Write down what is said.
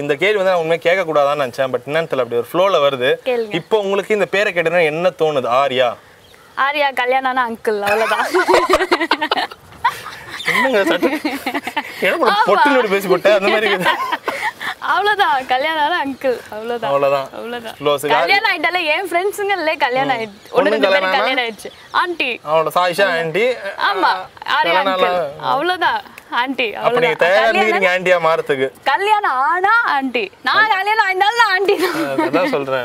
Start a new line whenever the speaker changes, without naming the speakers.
இந்த கேள்வி வந்து நான் உண்மையாக கேட்கக்கூடாதான்னு நினச்சேன் பட் என்னன்னு தெரியல அப்படி ஒரு ஃப்ளோவில் வருது
கேளுங்க.
இப்போ உங்களுக்கு இந்த பேரை கேட்டீங்கன்னா என்ன தோணுது ஆர்யா
ஆரியா கல்யாணம்னா அங்கிள் அவ்வளோதான்
என்னங்க சட்டு- என்ன பொட்டுனோடு பேசி போட்டேன் அந்த மாதிரி இருக்குது.
அவ்வளோதான் கல்யாணம்னா அங்கிள் அவ்வளோதான்
அவ்வளவுதான்
அவ்வளோதான்
Close.
கல்யாணம் ஆயிட்டால என் ஃப்ரெண்ட்ஸுங்களே கல்யாணம் ஆயிடுச்சு ஒன்று ரெண்டு
கல்யாணம்
பேரும்
ஆனா?
கல்யாணம் ஆயிடுச்சு ஆண்டி
அவனோட சாயிஷா ஆண்டி
ஆமா ஆரியா
கல்யாணம்
அங்கிள்
ஆனா?
அவ்வளோதான் ஆண்டி
அப்ப நீங்க
அவ்வளோதான்
தயாரா
கல்யாணம்
இருந்தீங்க ஆண்டியா மாறத்துக்கு
கல்யாணம் ஆனா ஆண்டி நான் கல்யாணம் ஆயிருந்தாலும் நான் ஆண்டி தான்
அதான் சொல்றேன்